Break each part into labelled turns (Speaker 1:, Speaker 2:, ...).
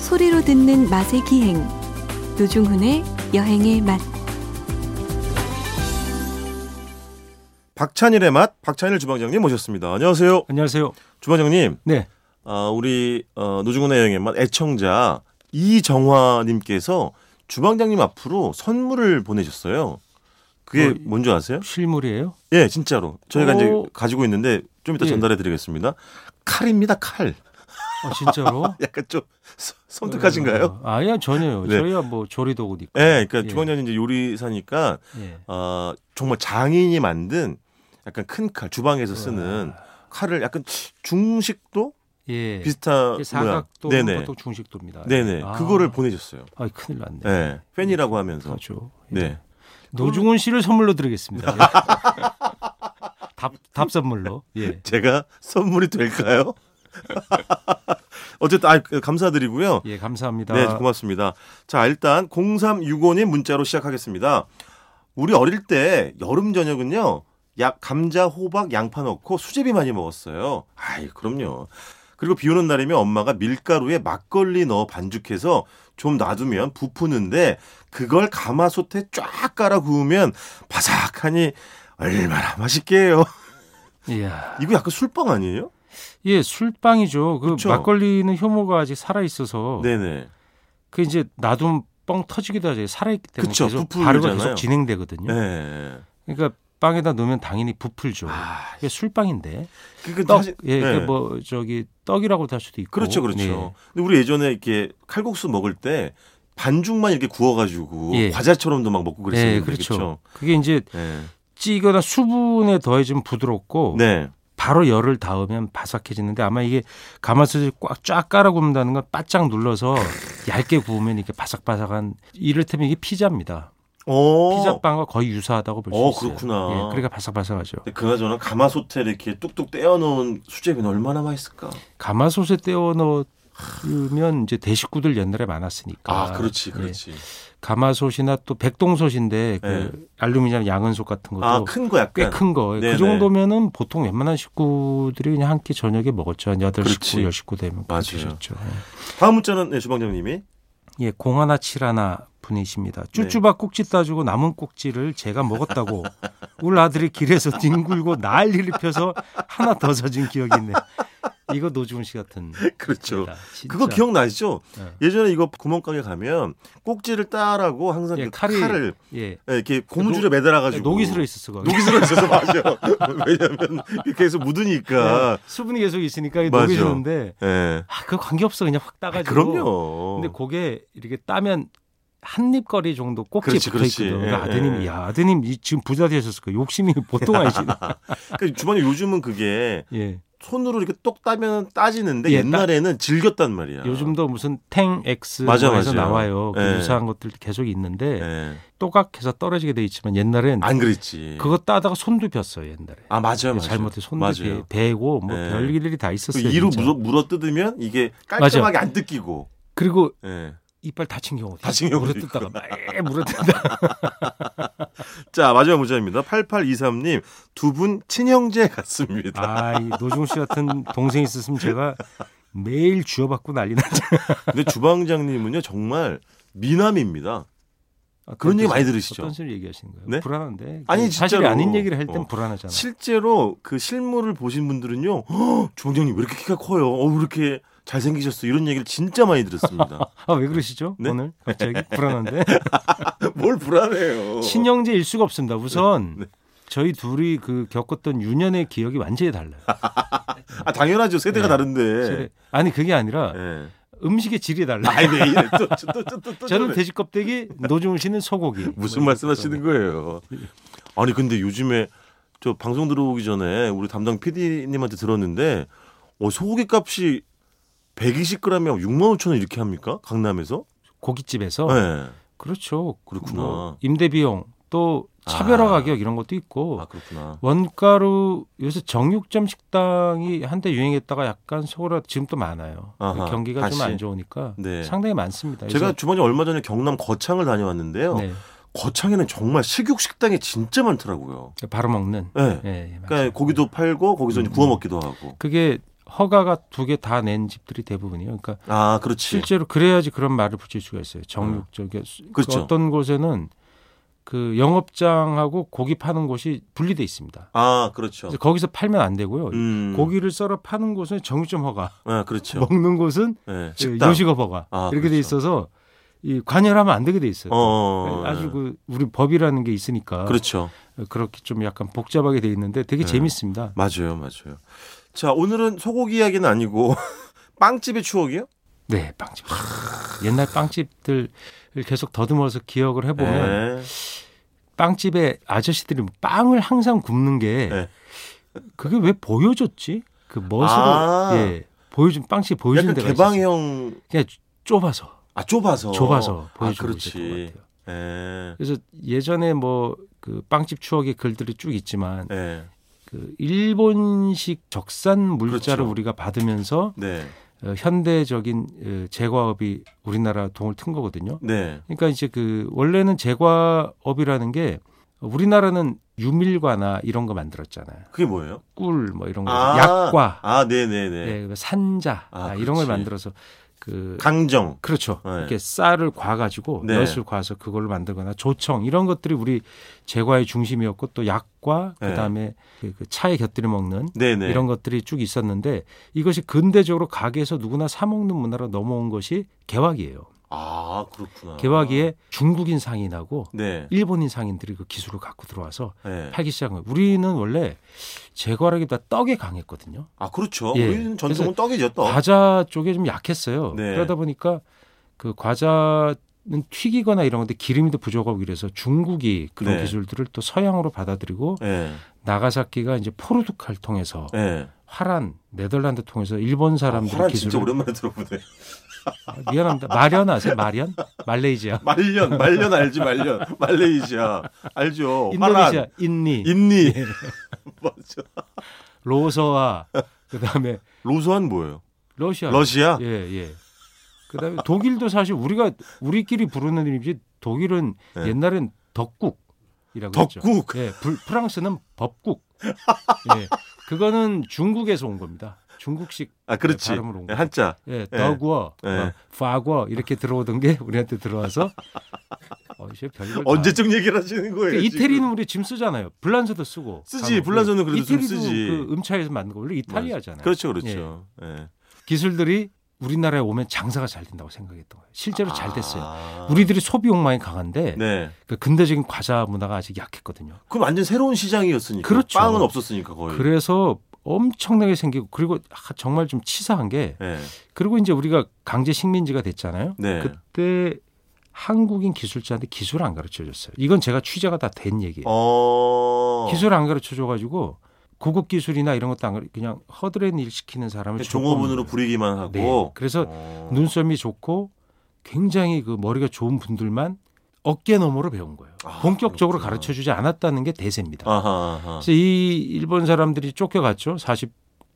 Speaker 1: 소리로 듣는 맛의 기행 노중훈의 여행의 맛
Speaker 2: 박찬일의 맛 박찬일 주방장님 모셨습니다. 안녕하세요.
Speaker 3: 안녕하세요.
Speaker 2: 주방장님.
Speaker 3: 네.
Speaker 2: 아, 우리 어, 노중훈의 여행의 맛 애청자 이정화님께서 주방장님 앞으로 선물을 보내셨어요. 그게
Speaker 3: 어,
Speaker 2: 뭔지 아세요?
Speaker 3: 실물이에요?
Speaker 2: 예, 진짜로. 저희가
Speaker 3: 오.
Speaker 2: 이제 가지고 있는데 좀 이따
Speaker 3: 어. 예.
Speaker 2: 전달해 드리겠습니다. 칼입니다, 칼.
Speaker 3: 아, 진짜로?
Speaker 2: 약간 좀 섬- 섬뜩하신가요?
Speaker 3: 어, 아니요, 전혀요.
Speaker 2: 네.
Speaker 3: 저희가 뭐 조리도구니까.
Speaker 2: 예, 그러니까
Speaker 3: 예,
Speaker 2: 주방장님 이제 요리사니까
Speaker 3: 예.
Speaker 2: 어, 정말 장인이 만든 약간 큰 칼, 주방에서 쓰는 칼을 약간 중식도
Speaker 3: 예.
Speaker 2: 비슷한
Speaker 3: 이게
Speaker 2: 모양.
Speaker 3: 사각도
Speaker 2: 네네.
Speaker 3: 보통 중식도입니다.
Speaker 2: 네네.
Speaker 3: 아.
Speaker 2: 그거를 보내줬어요.
Speaker 3: 아, 큰일 났네.
Speaker 2: 예. 팬이라고 하면서.
Speaker 3: 그렇죠. 예.
Speaker 2: 네.
Speaker 3: 노중훈 씨를 선물로 드리겠습니다. 예. 답, 답 선물로. 예.
Speaker 2: 제가 선물이 될까요? 어쨌든 아, 감사드리고요.
Speaker 3: 예, 감사합니다.
Speaker 2: 네, 고맙습니다. 자, 일단 0365님 문자로 시작하겠습니다. 우리 어릴 때 여름 저녁은요. 약 감자, 호박, 양파 넣고 수제비 많이 먹었어요. 아이, 그럼요. 그리고 비 오는 날이면 엄마가 밀가루에 막걸리 넣어 반죽해서 좀 놔두면 부푸는데 그걸 가마솥에 쫙 깔아 구우면 바삭하니 얼마나 맛있게요.
Speaker 3: 이야.
Speaker 2: 이거 약간 술빵 아니에요?
Speaker 3: 예, 술빵이죠. 그
Speaker 2: 그쵸.
Speaker 3: 막걸리는 효모가 아직 살아있어서.
Speaker 2: 네네.
Speaker 3: 그 이제 놔두면 뻥 터지기도 하죠. 살아있기 때문에
Speaker 2: 그쵸,
Speaker 3: 계속
Speaker 2: 부풀잖아요.
Speaker 3: 발효가 계속 진행되거든요.
Speaker 2: 네.
Speaker 3: 그러니까 빵에다 넣으면 당연히 부풀죠.
Speaker 2: 아,
Speaker 3: 이게 술빵인데
Speaker 2: 그러니까
Speaker 3: 떡,
Speaker 2: 사실-
Speaker 3: 예,
Speaker 2: 네.
Speaker 3: 그뭐 저기 떡이라고도 할 수도 있고
Speaker 2: 그렇죠, 그렇죠.
Speaker 3: 예.
Speaker 2: 근데 우리 예전에 이렇게 칼국수 먹을 때 반죽만 이렇게 구워가지고
Speaker 3: 예.
Speaker 2: 과자처럼도 막 먹고 그랬었는데
Speaker 3: 예, 그렇죠. 그게 이제
Speaker 2: 그쵸? 예.
Speaker 3: 찌거나 수분에 더해지면 부드럽고
Speaker 2: 네,
Speaker 3: 바로 열을 닿으면 바삭해지는데 아마 이게 가마솥을 꽉쫙 깔아 굽는다는 건 바짝 눌러서 얇게 구우면 이렇게 바삭바삭한 이를테면 이게 피자입니다.
Speaker 2: 어,
Speaker 3: 피자빵과 거의 유사하다고 볼 수
Speaker 2: 어,
Speaker 3: 있어요.
Speaker 2: 그렇구나.
Speaker 3: 예, 그러니까 바삭바삭하죠.
Speaker 2: 근데 그나저나 가마솥에 이렇게 뚝뚝 떼어놓은 수제비는 얼마나 맛있을까?
Speaker 3: 가마솥에 떼어 넣으면 이제 대식구들 옛날에 많았으니까.
Speaker 2: 아, 그렇지,
Speaker 3: 예.
Speaker 2: 그렇지.
Speaker 3: 가마솥이나 또 백동솥인데 그 알루미늄 양은솥 같은
Speaker 2: 네.
Speaker 3: 것도
Speaker 2: 아, 큰 거 약간.
Speaker 3: 꽤 큰 거. 예요
Speaker 2: 네네.
Speaker 3: 그 정도면은 보통 웬만한 식구들이 그냥 한 끼 저녁에 먹었죠. 한 여덟
Speaker 2: 그렇지.
Speaker 3: 식구, 열 식구 되면
Speaker 2: 맞아요.
Speaker 3: 드셨죠.
Speaker 2: 다음 문자는 네, 주방장님이.
Speaker 3: 예, 공하나 칠하나
Speaker 2: 네.
Speaker 3: 분이십니다. 쭈쭈바 꼭지 따주고 남은 꼭지를 제가 먹었다고 울 아들이 길에서 뒹굴고 난리를 펴서 하나 더 젖은 기억이 있네. 이거 노주훈 씨 같은.
Speaker 2: 그렇죠.
Speaker 3: 겁니다. 진짜.
Speaker 2: 그거 기억나시죠?
Speaker 3: 예.
Speaker 2: 예전에 이거 구멍가게 가면 꼭지를 따라고 항상
Speaker 3: 예,
Speaker 2: 그
Speaker 3: 칼이-
Speaker 2: 칼을
Speaker 3: 예.
Speaker 2: 예, 이렇게 고무줄에 매달아가지고
Speaker 3: 녹이 슬어 있었어. 거기.
Speaker 2: 녹이 슬어 있어서 맞아. 왜냐면 계속 묻으니까.
Speaker 3: 예, 수분이 계속 있으니까 이게
Speaker 2: 맞아.
Speaker 3: 녹이 슬는데
Speaker 2: 예. 아,
Speaker 3: 아, 그거 관계없어. 그냥 확 따가지고.
Speaker 2: 그럼요.
Speaker 3: 근데 그게 이렇게 따면 한입 거리 정도 꼭지
Speaker 2: 그렇지,
Speaker 3: 붙어 있거든.
Speaker 2: 그렇지.
Speaker 3: 요
Speaker 2: 예,
Speaker 3: 아드님,
Speaker 2: 예.
Speaker 3: 이야 아드님 이 지금 부자 되셨을 거예요. 욕심이 보통 아니시네.
Speaker 2: 그러니까 주방에 요즘은 그게
Speaker 3: 예.
Speaker 2: 손으로 이렇게 똑 따면 따지는데
Speaker 3: 예,
Speaker 2: 옛날에는 즐겼단 말이야.
Speaker 3: 요즘도 무슨 탱 X
Speaker 2: 맞아,
Speaker 3: 에서
Speaker 2: 맞아.
Speaker 3: 나와요. 그
Speaker 2: 예.
Speaker 3: 유사한 것들 계속 있는데
Speaker 2: 예.
Speaker 3: 또각해서 떨어지게 돼 있지만 옛날엔
Speaker 2: 안 그랬지.
Speaker 3: 그거 따다가 손도 폈어요 옛날에.
Speaker 2: 아 맞아요, 맞아요.
Speaker 3: 잘못해 손도
Speaker 2: 맞아요.
Speaker 3: 배- 베고 뭐
Speaker 2: 예.
Speaker 3: 별일이 다
Speaker 2: 그
Speaker 3: 있었어요.
Speaker 2: 이로
Speaker 3: 진짜.
Speaker 2: 물어, 물어 뜯으면 이게 깔끔하게 안 뜯기고.
Speaker 3: 그리고
Speaker 2: 예.
Speaker 3: 이빨 다친 경우
Speaker 2: 다친 경우도
Speaker 3: 물어 뜯다가 막 물어 뜯다.
Speaker 2: 자 마지막 문자입니다. 8823님 두 분 친형제 같습니다.
Speaker 3: 아이 노중 씨 같은 동생 있었으면 제가 매일 쥐어받고 난리 나죠.
Speaker 2: 근데 주방장님은요 정말 미남입니다.
Speaker 3: 어떤
Speaker 2: 그런 얘기
Speaker 3: 뜻이-
Speaker 2: 많이 들으시죠?
Speaker 3: 어떤 소리 얘기하시는 거예요?
Speaker 2: 네?
Speaker 3: 불안한데.
Speaker 2: 아니,
Speaker 3: 사실
Speaker 2: 진짜로.
Speaker 3: 아닌 얘기를 할 땐
Speaker 2: 어.
Speaker 3: 불안하잖아요.
Speaker 2: 실제로 그 실물을 보신 분들은요, "허, 주방장님 왜 이렇게 키가 커요? 어, 왜 이렇게 잘생기셨어? 이런 얘기를 진짜 많이 들었습니다.
Speaker 3: 아, 왜 그러시죠?
Speaker 2: 네? 어,
Speaker 3: 오늘 갑자기 불안한데.
Speaker 2: 뭘 불안해요.
Speaker 3: 친형제일 수가 없습니다. 우선
Speaker 2: 어. 네.
Speaker 3: 저희 둘이 그 겪었던 유년의 기억이 완전히 달라요.
Speaker 2: 아 당연하죠. 세대가
Speaker 3: 네.
Speaker 2: 다른데.
Speaker 3: 제가- 아니 그게 아니라
Speaker 2: 예.
Speaker 3: 음식의 질이 달라요.
Speaker 2: 아니 왜 이래 또또또또
Speaker 3: 저는 돼지 껍데기, 노중훈 씨는 소고기. 뭐
Speaker 2: 무슨 말씀하시는 거예요? 아니 근데 요즘에 저 방송 들어오기 전에 우리 담당 PD님한테 들었는데 어, 소고기 값이 120g에 6만 5천 원 이렇게 합니까? 강남에서?
Speaker 3: 고깃집에서
Speaker 2: 네.
Speaker 3: 그렇죠.
Speaker 2: 그렇구나.
Speaker 3: 임대 비용 또 차별화
Speaker 2: 아.
Speaker 3: 가격 이런 것도 있고
Speaker 2: 아 그렇구나.
Speaker 3: 원가로 요새 정육점 식당이 한때 유행했다가 약간 소라 지금 또 많아요.
Speaker 2: 아하,
Speaker 3: 경기가 좀
Speaker 2: 다시.
Speaker 3: 안 좋으니까
Speaker 2: 네.
Speaker 3: 상당히 많습니다.
Speaker 2: 제가 주방에 얼마 전에 경남 거창을 다녀왔는데요.
Speaker 3: 그래서, 네,
Speaker 2: 거창에는 정말 식육 식당이 진짜 많더라고요.
Speaker 3: 바로 먹는.
Speaker 2: 네.
Speaker 3: 예, 예,
Speaker 2: 그러니까
Speaker 3: 맞아요.
Speaker 2: 고기도 팔고 거기서 이제
Speaker 3: 음.
Speaker 2: 구워 먹기도 하고.
Speaker 3: 그게 허가가 두 개 다 낸 집들이 대부분이에요. 그러니까
Speaker 2: 아, 그렇지.
Speaker 3: 실제로 그래야지 그런 말을 붙일 수가 있어요. 정육적 에
Speaker 2: 아, 그렇죠.
Speaker 3: 어떤 곳에는 그 영업장하고 고기 파는 곳이 분리돼 있습니다.
Speaker 2: 아, 그렇죠.
Speaker 3: 그래서 거기서 팔면 안 되고요.
Speaker 2: 음.
Speaker 3: 고기를 썰어 파는 곳은 정육점 허가,
Speaker 2: 아, 그렇죠.
Speaker 3: 먹는 곳은
Speaker 2: 예, 식당.
Speaker 3: 그 요식업 허가
Speaker 2: 아,
Speaker 3: 이렇게
Speaker 2: 그렇죠.
Speaker 3: 돼 있어서 이 관여하면 안 되게 돼 있어요.
Speaker 2: 어, 어, 어,
Speaker 3: 아주
Speaker 2: 예.
Speaker 3: 그 우리 법이라는 게 있으니까
Speaker 2: 그렇죠.
Speaker 3: 그렇게 좀 약간 복잡하게 돼 있는데 되게
Speaker 2: 네.
Speaker 3: 재밌습니다.
Speaker 2: 맞아요, 맞아요. 자, 오늘은 소고기 이야기는 아니고 빵집의 추억이요?
Speaker 3: 네, 빵집. 옛날 빵집들을 계속 더듬어서 기억을 해보면
Speaker 2: 예.
Speaker 3: 빵집에 아저씨들이 빵을 항상 굽는 게
Speaker 2: 네.
Speaker 3: 그게 왜 보여줬지? 그 멋으로
Speaker 2: 아.
Speaker 3: 예, 보여준 빵집 보여준
Speaker 2: 약간
Speaker 3: 데가 있어요.
Speaker 2: 개방형
Speaker 3: 그냥 좁아서
Speaker 2: 아 좁아서
Speaker 3: 좁아서
Speaker 2: 아
Speaker 3: 보여주고 있었던 것
Speaker 2: 그렇지.
Speaker 3: 같아요.
Speaker 2: 예.
Speaker 3: 그래서 예전에 뭐 그 빵집 추억의 글들이 쭉 있지만
Speaker 2: 예.
Speaker 3: 그 일본식 적산 물자를
Speaker 2: 그렇죠.
Speaker 3: 우리가 받으면서
Speaker 2: 네.
Speaker 3: 어, 현대적인 어, 제과업이 우리나라 동을 튼 거거든요.
Speaker 2: 네.
Speaker 3: 그러니까 이제 그 원래는 제과업이라는 게 우리나라는 유밀과나 이런 거 만들었잖아요.
Speaker 2: 그게 뭐예요?
Speaker 3: 꿀 뭐 이런 거,
Speaker 2: 아.
Speaker 3: 약과,
Speaker 2: 아, 네, 네, 네.
Speaker 3: 예, 산자
Speaker 2: 아,
Speaker 3: 아, 이런 걸
Speaker 2: 그렇지.
Speaker 3: 만들어서 그
Speaker 2: 강정.
Speaker 3: 그렇죠.
Speaker 2: 네.
Speaker 3: 이렇게 쌀을 과 가지고
Speaker 2: 네.
Speaker 3: 엿을 과서 그걸로 만들거나 조청 이런 것들이 우리 제과의 중심이었고 또 약과
Speaker 2: 네.
Speaker 3: 그다음에 그- 그 차에 곁들여 먹는
Speaker 2: 네, 네.
Speaker 3: 이런 것들이 쭉 있었는데 이것이 근대적으로 가게에서 누구나 사 먹는 문화로 넘어온 것이 개화기예요.
Speaker 2: 아, 그렇구나.
Speaker 3: 개화기에 중국인 상인하고
Speaker 2: 네.
Speaker 3: 일본인 상인들이 그 기술을 갖고 들어와서
Speaker 2: 네.
Speaker 3: 팔기 시작한 거예요. 우리는 원래 제과라기보다 떡에 강했거든요.
Speaker 2: 아, 그렇죠.
Speaker 3: 예.
Speaker 2: 우리는 전통은 떡이죠, 떡.
Speaker 3: 과자 쪽에 좀 약했어요.
Speaker 2: 네.
Speaker 3: 그러다 보니까 그 과자는 튀기거나 이런 건데 기름이 더 부족하고 이래서 중국이 그런
Speaker 2: 네.
Speaker 3: 기술들을 또 서양으로 받아들이고
Speaker 2: 예.
Speaker 3: 나가사키가 이제 포르투갈 통해서
Speaker 2: 예.
Speaker 3: 화란 네덜란드 통해서 일본 사람들
Speaker 2: 호란
Speaker 3: 의 기술을
Speaker 2: 아, 진짜 오랜만에 들어보네.
Speaker 3: 아, 미안합니다. 마련 아세요? 마련? 말레이시아.
Speaker 2: 말년, 말년 알지, 말년. 말레이시아. 알죠.
Speaker 3: 인도네시아,
Speaker 2: 어,
Speaker 3: 예.
Speaker 2: 화란,
Speaker 3: 인니,
Speaker 2: 인니. 맞아.
Speaker 3: 로서아, 그다음에
Speaker 2: 로소한 뭐예요?
Speaker 3: 러시아.
Speaker 2: 러시아?
Speaker 3: 예, 예. 그다음에 독일도 사실 우리가 우리끼리 부르는 이름이지 독일은
Speaker 2: 네.
Speaker 3: 옛날엔 덕국이라고 했죠.
Speaker 2: 덕국.
Speaker 3: 예, 불- 프랑스는 법국. 예. 그거는 중국에서 온 겁니다. 중국식
Speaker 2: 아, 그렇지.
Speaker 3: 발음으로 온
Speaker 2: 예,
Speaker 3: 거예요.
Speaker 2: 한자.
Speaker 3: 예, 더구어,
Speaker 2: 예.
Speaker 3: 뭐 파구어 이렇게 들어오던 게 우리한테 들어와서 어, 이제 별걸 다-
Speaker 2: 언제쯤 얘기를 하시는 거예요?
Speaker 3: 그
Speaker 2: 지금?
Speaker 3: 이태리는 우리 짐 쓰잖아요. 블란서도 쓰고.
Speaker 2: 쓰지,
Speaker 3: 간혹.
Speaker 2: 블란서는 그래도 좀
Speaker 3: 이태리도
Speaker 2: 쓰지.
Speaker 3: 그 음차에서 만든 거 원래 이탈리아잖아요.
Speaker 2: 그렇죠, 그렇죠. 예.
Speaker 3: 기술들이 우리나라에 오면 장사가 잘 된다고 생각했던 거예요. 실제로 잘 됐어요.
Speaker 2: 아.
Speaker 3: 우리들이 소비 욕망이 강한데
Speaker 2: 네.
Speaker 3: 그 근대적인 과자 문화가 아직 약했거든요.
Speaker 2: 그 완전 새로운 시장이었으니까.
Speaker 3: 그렇죠.
Speaker 2: 빵은 없었으니까 거의.
Speaker 3: 그래서 엄청나게 생기고 그리고 아, 정말 좀 치사한 게
Speaker 2: 예.
Speaker 3: 그리고 이제 우리가 강제 식민지가 됐잖아요.
Speaker 2: 네.
Speaker 3: 네. 그때 한국인 기술자한테 기술을 안 가르쳐 줬어요. 이건 제가 취재가 다 된 얘기예요.
Speaker 2: 어.
Speaker 3: 기술을 안 가르쳐 줘가지고 고급 기술이나 이런 것도 안 가르 그냥 허드렛 일 시키는 사람을
Speaker 2: 그냥 종업원으로
Speaker 3: 조금-
Speaker 2: 부리기만 하고.
Speaker 3: 네. 그래서
Speaker 2: 어.
Speaker 3: 눈썹이 좋고 굉장히 그 머리가 좋은 분들만 어깨 너머로 배운 거예요.
Speaker 2: 아,
Speaker 3: 본격적으로
Speaker 2: 그렇구나.
Speaker 3: 가르쳐 주지 않았다는 게 대세입니다.
Speaker 2: 아하, 아하.
Speaker 3: 그래서 이 일본 사람들이 쫓겨갔죠.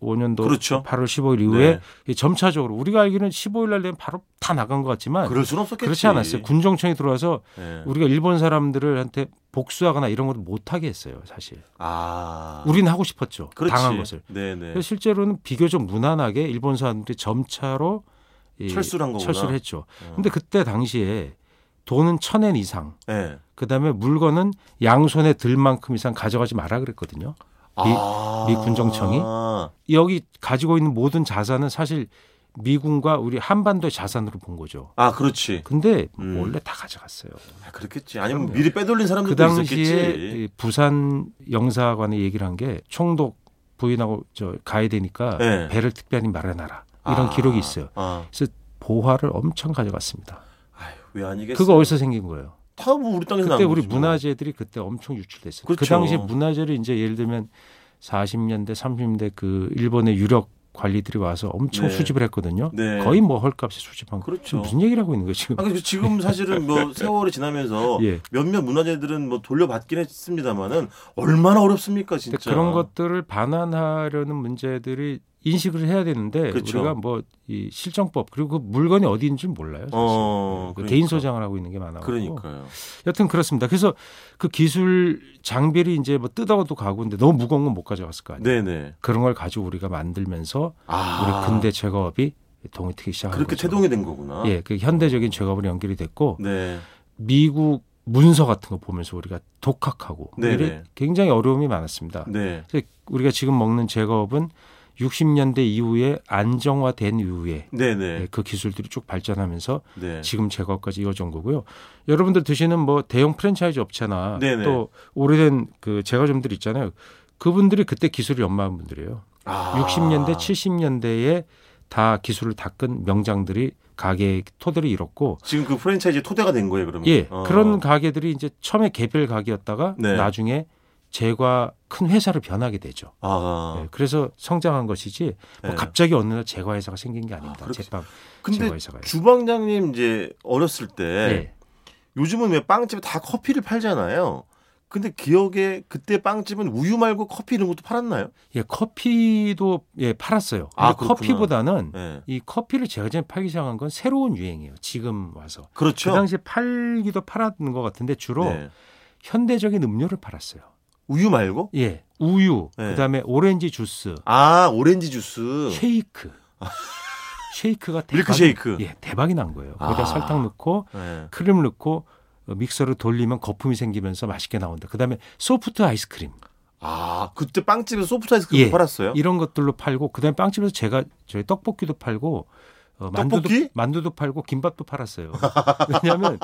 Speaker 3: 45년도
Speaker 2: 그렇죠.
Speaker 3: 8월 15일 이후에 점차적으로 우리가 알기로는 15일 날 되면 바로 다 나간 것 같지만
Speaker 2: 그럴 순 없었겠지.
Speaker 3: 아, 그렇지 않았어요. 군정청이 들어와서
Speaker 2: 예.
Speaker 3: 우리가 일본 사람들한테 복수하거나 이런 것도 못하게 했어요, 사실.
Speaker 2: 아.
Speaker 3: 우리는 하고 싶었죠.
Speaker 2: 그렇지.
Speaker 3: 당한 것을.
Speaker 2: 네네.
Speaker 3: 그래서 실제로는 비교적 무난하게 일본 사람들이 점차로 이
Speaker 2: 철수를 한 거구나.
Speaker 3: 철수를 했죠.
Speaker 2: 어.
Speaker 3: 근데 그때 당시에 돈은 천엔 이상,
Speaker 2: 예.
Speaker 3: 그다음에 물건은 양손에 들 만큼 이상 가져가지 마라 그랬거든요.
Speaker 2: 아.
Speaker 3: 미 군정청이? 여기 가지고 있는 모든 자산은 사실 미군과 우리 한반도의 자산으로 본 거죠.
Speaker 2: 아, 그렇지.
Speaker 3: 근데
Speaker 2: 음.
Speaker 3: 원래 다 가져갔어요.
Speaker 2: 아, 그렇겠지. 아니면
Speaker 3: 그럼요.
Speaker 2: 미리 빼돌린
Speaker 3: 그
Speaker 2: 사람들도
Speaker 3: 당시에
Speaker 2: 있었겠지.
Speaker 3: 이 부산 영사관에 얘기를 한 게 총독 부인하고 저 가야 되니까
Speaker 2: 네.
Speaker 3: 배를 특별히 마련하라 이런
Speaker 2: 아.
Speaker 3: 기록이 있어요.
Speaker 2: 아,
Speaker 3: 보화를 엄청 가져갔습니다.
Speaker 2: 아유, 왜 아니겠어?
Speaker 3: 그거 어디서 생긴 거예요?
Speaker 2: 다뭐 우리 땅에서
Speaker 3: 그때
Speaker 2: 나온
Speaker 3: 우리
Speaker 2: 거지 뭐.
Speaker 3: 문화재들이 그때 엄청 유출됐어요. 그
Speaker 2: 그렇죠.
Speaker 3: 당시 문화재를 이제 예를 들면 40년대, 30년대 그 일본의 유력 관리들이 와서 엄청
Speaker 2: 네.
Speaker 3: 수집을 했거든요.
Speaker 2: 네.
Speaker 3: 거의 뭐 헐값에 수집한 거.
Speaker 2: 그렇죠.
Speaker 3: 지금 무슨 얘기를 하고 있는 거예요 지금?
Speaker 2: 아, 근데 지금 사실은 뭐 세월이 지나면서
Speaker 3: 예.
Speaker 2: 몇몇 문화재들은 뭐 돌려받긴 했습니다만은 얼마나 어렵습니까,
Speaker 3: 근데
Speaker 2: 진짜.
Speaker 3: 그런 것들을 반환하려는 문제들이 인식을 해야 되는데
Speaker 2: 그쵸.
Speaker 3: 우리가 뭐 이 실정법 그리고 그 물건이 어디인지 몰라요. 사실.
Speaker 2: 어,
Speaker 3: 그
Speaker 2: 그러니까.
Speaker 3: 개인 소장을 하고 있는 게 많아요.
Speaker 2: 그러니까요.
Speaker 3: 여튼 그렇습니다. 그래서 그 기술 장비를 이제 뭐 뜯어도 가고 근데 너무 무거운 건 못 가져왔을 거 아니에요.
Speaker 2: 네네.
Speaker 3: 그런 걸 가지고 우리가 만들면서
Speaker 2: 아,
Speaker 3: 우리 근대 제거업이 동이트기 시작한
Speaker 2: 그렇게
Speaker 3: 거죠.
Speaker 2: 태동이 된 거구나.
Speaker 3: 예, 그 현대적인 제거업으로 연결이 됐고
Speaker 2: 네.
Speaker 3: 미국 문서 같은 거 보면서 우리가 독학하고
Speaker 2: 네네.
Speaker 3: 이래 굉장히 어려움이 많았습니다.
Speaker 2: 네.
Speaker 3: 그래서 우리가 지금 먹는 제거업은 60년대 이후에 안정화된 이후에 예,
Speaker 2: 네네.
Speaker 3: 그 기술들이 쭉 발전하면서
Speaker 2: 네.
Speaker 3: 지금 제거업까지 이어진 거고요. 여러분들 드시는 뭐 대형 프랜차이즈 업체나
Speaker 2: 네네.
Speaker 3: 또 오래된 그 제과점들 있잖아요. 그분들이 그때 기술이 연마한 분들이에요.
Speaker 2: 아.
Speaker 3: 60년대, 70년대에 다 기술을 닦은 명장들이 가게 토대를 잃었고
Speaker 2: 지금 그 프랜차이즈 토대가 된 거예요, 그러면?
Speaker 3: 예
Speaker 2: 어.
Speaker 3: 그런 가게들이 이제 처음에 개별 가게였다가
Speaker 2: 네.
Speaker 3: 나중에 제과 큰 회사로 변하게 되죠.
Speaker 2: 아.
Speaker 3: 예, 그래서 성장한 것이지 뭐
Speaker 2: 네.
Speaker 3: 갑자기 어느 날 제과 회사가 생긴 게 아닙니다.
Speaker 2: 아, 그렇게-
Speaker 3: 제빵
Speaker 2: 근데 네.
Speaker 3: 제과 회사가요.
Speaker 2: 주방장님 이제 어렸을 때
Speaker 3: 예.
Speaker 2: 요즘은 왜 빵집에 다 커피를 팔잖아요. 근데 기억에 그때 빵집은 우유 말고 커피 이런 것도 팔았나요?
Speaker 3: 예, 커피도 예 팔았어요.
Speaker 2: 아,
Speaker 3: 근데
Speaker 2: 그렇구나.
Speaker 3: 커피보다는
Speaker 2: 네.
Speaker 3: 이 커피를 제가 전에 팔기 시작한 건 새로운 유행이에요. 지금 와서
Speaker 2: 그렇죠.
Speaker 3: 그 당시에 팔기도 팔았는 것 같은데 주로
Speaker 2: 네.
Speaker 3: 현대적인 음료를 팔았어요.
Speaker 2: 우유 말고?
Speaker 3: 예, 우유,
Speaker 2: 네.
Speaker 3: 그다음에 오렌지 주스,
Speaker 2: 아, 오렌지 주스.
Speaker 3: 쉐이크. 쉐이크가 대박.
Speaker 2: 밀크 쉐이크.
Speaker 3: 예, 대박이 난 거예요. 거기다
Speaker 2: 아.
Speaker 3: 설탕 넣고
Speaker 2: 네.
Speaker 3: 크림 넣고 어, 믹서를 돌리면 거품이 생기면서 맛있게 나온다. 그다음에 소프트 아이스크림
Speaker 2: 아, 그때 빵집에서 소프트 아이스크림
Speaker 3: 예.
Speaker 2: 팔았어요?
Speaker 3: 이런 것들로 팔고 그다음에 빵집에서 제가 저희 떡볶이도 팔고 어, 만두도
Speaker 2: 떡볶이?
Speaker 3: 만두도 팔고 김밥도 팔았어요. 왜냐하면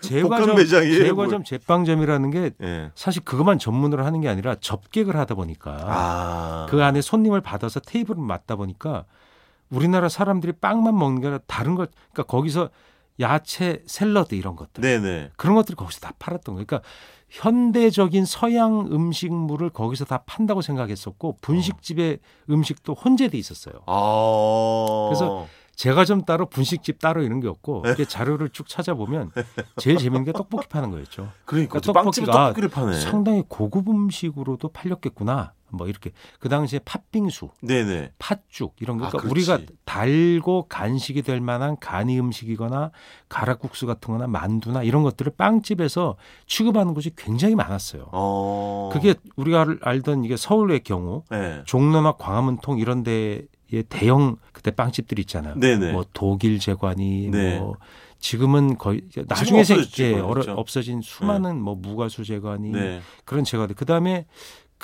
Speaker 3: 제과점
Speaker 2: 독한 매장이에요,
Speaker 3: 제과점 제빵점이라는 게
Speaker 2: 예.
Speaker 3: 사실 그것만 전문으로 하는 게 아니라 접객을 하다 보니까
Speaker 2: 아.
Speaker 3: 그 안에 손님을 받아서 테이블을 맞다 보니까 우리나라 사람들이 빵만 먹는 게 아니라 다른 것 그러니까 거기서 야채 샐러드 이런 것들
Speaker 2: 네네.
Speaker 3: 그런 것들을 거기서 다 팔았던 거예요 그러니까 현대적인 서양 음식물을 거기서 다 판다고 생각했었고 분식집의 음식도 혼재돼 있었어요
Speaker 2: 아.
Speaker 3: 그래서 제가 좀 따로 분식집 따로 이런 게
Speaker 2: 네.
Speaker 3: 없고 이게 자료를 쭉 찾아보면 제일 재밌는 게 떡볶이 파는 거였죠
Speaker 2: 그러니까
Speaker 3: 그러니까
Speaker 2: 빵집에
Speaker 3: 떡볶이가
Speaker 2: 떡볶이를 파네.
Speaker 3: 상당히 고급 음식으로도 팔렸겠구나 뭐 이렇게 그 당시에 팥빙수
Speaker 2: 네네.
Speaker 3: 팥죽 이런 거
Speaker 2: 아,
Speaker 3: 그러니까
Speaker 2: 그렇지.
Speaker 3: 우리가 달고 간식이 될 만한 간이 음식이거나 가락국수 같은 거나 만두나 이런 것들을 빵집에서 취급하는 곳이 굉장히 많았어요.
Speaker 2: 어.
Speaker 3: 그게 우리가 알- 알던 이게 서울의 경우
Speaker 2: 네.
Speaker 3: 종로나 광화문통 이런 데에 대형 그때 빵집들이 있잖아요.
Speaker 2: 네네.
Speaker 3: 뭐 독일 재관이
Speaker 2: 네.
Speaker 3: 뭐 지금은 거의 나중에 생
Speaker 2: 없어졌죠.
Speaker 3: 예, 어려-
Speaker 2: 그렇죠.
Speaker 3: 없어진 수많은 뭐 무가수 재관이
Speaker 2: 네.
Speaker 3: 그런 제과들. 그 다음에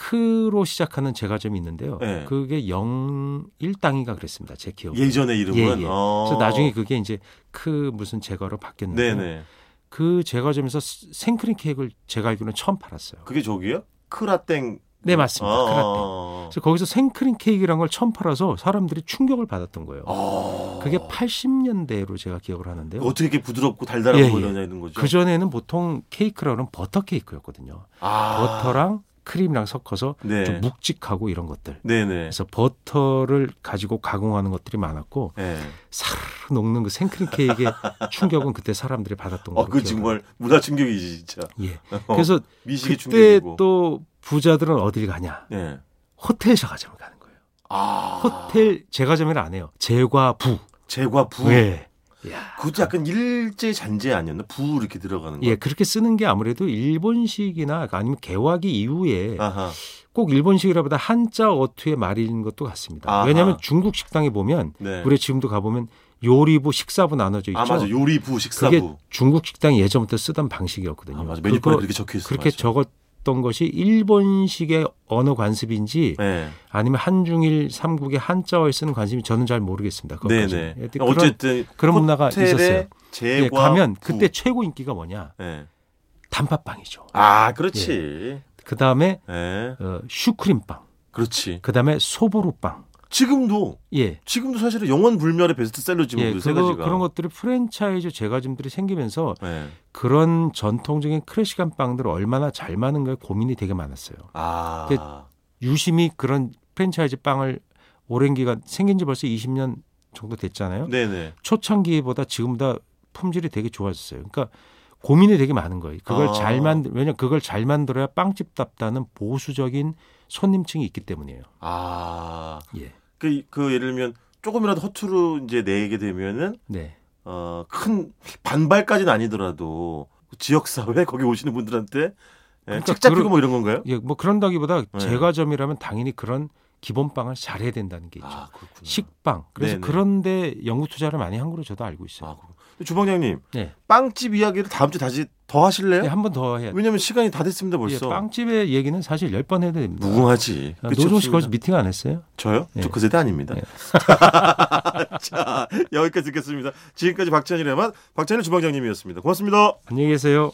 Speaker 3: 크로 시작하는 제과점이 있는데요.
Speaker 2: 네.
Speaker 3: 그게 영일당이가 그랬습니다. 제 기억에.
Speaker 2: 예전의 이름은
Speaker 3: 예, 예.
Speaker 2: 어.
Speaker 3: 그래서 나중에 그게 이제 크 무슨 제과로 바뀌었는데
Speaker 2: 네네.
Speaker 3: 그 제과점에서 스- 생크림 케이크를 제가 알기로는 처음 팔았어요.
Speaker 2: 그게 저기요? 크라땡.
Speaker 3: 네 맞습니다. 크라떼.
Speaker 2: 아.
Speaker 3: 그래서 거기서 생크림 케이크라는 걸 처음 팔아서 사람들이 충격을 받았던 거예요.
Speaker 2: 아.
Speaker 3: 그게 80년대로 제가 기억을 하는데요.
Speaker 2: 어떻게 이렇게 부드럽고 달달한
Speaker 3: 예,
Speaker 2: 거
Speaker 3: 예.
Speaker 2: 이러냐 이런 거죠.
Speaker 3: 그 전에는 보통 케이크라는 버터 케이크였거든요.
Speaker 2: 아.
Speaker 3: 버터랑 크림이랑 섞어서
Speaker 2: 네.
Speaker 3: 좀 묵직하고 이런 것들.
Speaker 2: 네네.
Speaker 3: 그래서 버터를 가지고 가공하는 것들이 많았고
Speaker 2: 예.
Speaker 3: 사르르 녹는 그 생크림 케이크의 충격은 그때 사람들이 받았던
Speaker 2: 어,
Speaker 3: 거예요.
Speaker 2: 그 정말 문화 충격이지 진짜.
Speaker 3: 예.
Speaker 2: 어,
Speaker 3: 그래서
Speaker 2: 미식의
Speaker 3: 그때
Speaker 2: 충격이고.
Speaker 3: 또 부자들은 어딜 가냐?
Speaker 2: 예.
Speaker 3: 호텔 제과점을 가는 거예요.
Speaker 2: 아.
Speaker 3: 호텔 제과점을 안 해요. 제과부.
Speaker 2: 제과 부.
Speaker 3: 예. 야.
Speaker 2: 그것도 약간 일제 잔재 아니었나? 부 이렇게 들어가는 거.
Speaker 3: 예, 그렇게 쓰는 게 아무래도 일본식이나 아니면 개화기 이후에
Speaker 2: 아하.
Speaker 3: 꼭 일본식이라보다 한자 어투에 말인 것도 같습니다.
Speaker 2: 아하.
Speaker 3: 왜냐하면 중국 식당에 보면
Speaker 2: 네.
Speaker 3: 우리 지금도 가보면 요리부 식사부 나눠져 있죠.
Speaker 2: 아 맞아. 요리부 식사부.
Speaker 3: 그게 중국 식당이 예전부터 쓰던 방식이었거든요.
Speaker 2: 아 맞아. 메뉴판에
Speaker 3: 그거
Speaker 2: 그렇게 적혀 있어.
Speaker 3: 그렇게 적었던 것이 일본식의 언어 관습인지
Speaker 2: 네.
Speaker 3: 아니면 한중일 삼국의 한자어에 쓰는 관심이 저는 잘 모르겠습니다.
Speaker 2: 네네.
Speaker 3: 그것까지는. 하여튼 그런
Speaker 2: 어쨌든
Speaker 3: 그런 문화가
Speaker 2: 호텔에
Speaker 3: 있었어요.
Speaker 2: 제과
Speaker 3: 예, 가면
Speaker 2: 부.
Speaker 3: 그때 최고 인기가 뭐냐?
Speaker 2: 예.
Speaker 3: 단팥빵이죠.
Speaker 2: 아 그렇지.
Speaker 3: 그 다음에
Speaker 2: 예.
Speaker 3: 어, 슈크림빵,
Speaker 2: 그렇지.
Speaker 3: 그 다음에 소보루빵.
Speaker 2: 지금도
Speaker 3: 예.
Speaker 2: 지금도 사실은 영원 불멸의 베스트셀러 지금
Speaker 3: 예,
Speaker 2: 예, 세
Speaker 3: 그거,
Speaker 2: 가지가.
Speaker 3: 그런 것들이 프랜차이즈 제과점들이 생기면서
Speaker 2: 예.
Speaker 3: 그런 전통적인 크래식한 빵들을 얼마나 잘 마는가 고민이 되게 많았어요.
Speaker 2: 아.
Speaker 3: 그- 유심히 그런 프랜차이즈 빵을 오랜 기간 생긴 지 벌써 20년 정도 됐잖아요.
Speaker 2: 네네.
Speaker 3: 초창기보다 지금보다 품질이 되게 좋아졌어요. 그러니까 고민이 되게 많은 거예요. 그걸
Speaker 2: 아.
Speaker 3: 잘 만들 왜냐 그걸 잘 만들어야 빵집답다는 보수적인 손님층이 있기 때문이에요.
Speaker 2: 아.
Speaker 3: 예.
Speaker 2: 그, 그 예를 들면 조금이라도 허투루 이제 내게 되면은
Speaker 3: 네.
Speaker 2: 어, 큰 반발까지는 아니더라도 지역 사회 거기 오시는 분들한테 예,
Speaker 3: 그러니까
Speaker 2: 책 잡히고
Speaker 3: 그런-
Speaker 2: 뭐 이런 건가요?
Speaker 3: 예, 뭐 그런다기보다
Speaker 2: 네.
Speaker 3: 제가 점이라면 당연히 그런 기본빵을 잘해야 된다는 게 있죠.
Speaker 2: 아 그렇구나.
Speaker 3: 식빵. 그래서
Speaker 2: 네네.
Speaker 3: 그런데 연구 투자를 많이 한 걸로 저도 알고 있어요.
Speaker 2: 아, 그렇구나. 주방장님
Speaker 3: 네.
Speaker 2: 빵집 이야기를 다음 주 다시 더 하실래요?
Speaker 3: 한 번 더 해야 돼요.
Speaker 2: 왜냐면 시간이 다 됐습니다
Speaker 3: 네, 예,
Speaker 2: 벌써.
Speaker 3: 빵집의 얘기는 사실 열 번 해야 됩니다.
Speaker 2: 무궁하지.
Speaker 3: 아,
Speaker 2: 끝이
Speaker 3: 노종 씨
Speaker 2: 없습니다.
Speaker 3: 거기서 미팅 안 했어요?
Speaker 2: 저요?
Speaker 3: 네.
Speaker 2: 저 그 세대 아닙니다. 자 여기까지 듣겠습니다. 지금까지 박찬일의 맛 박찬일 주방장님이었습니다. 고맙습니다.
Speaker 3: 안녕히 계세요.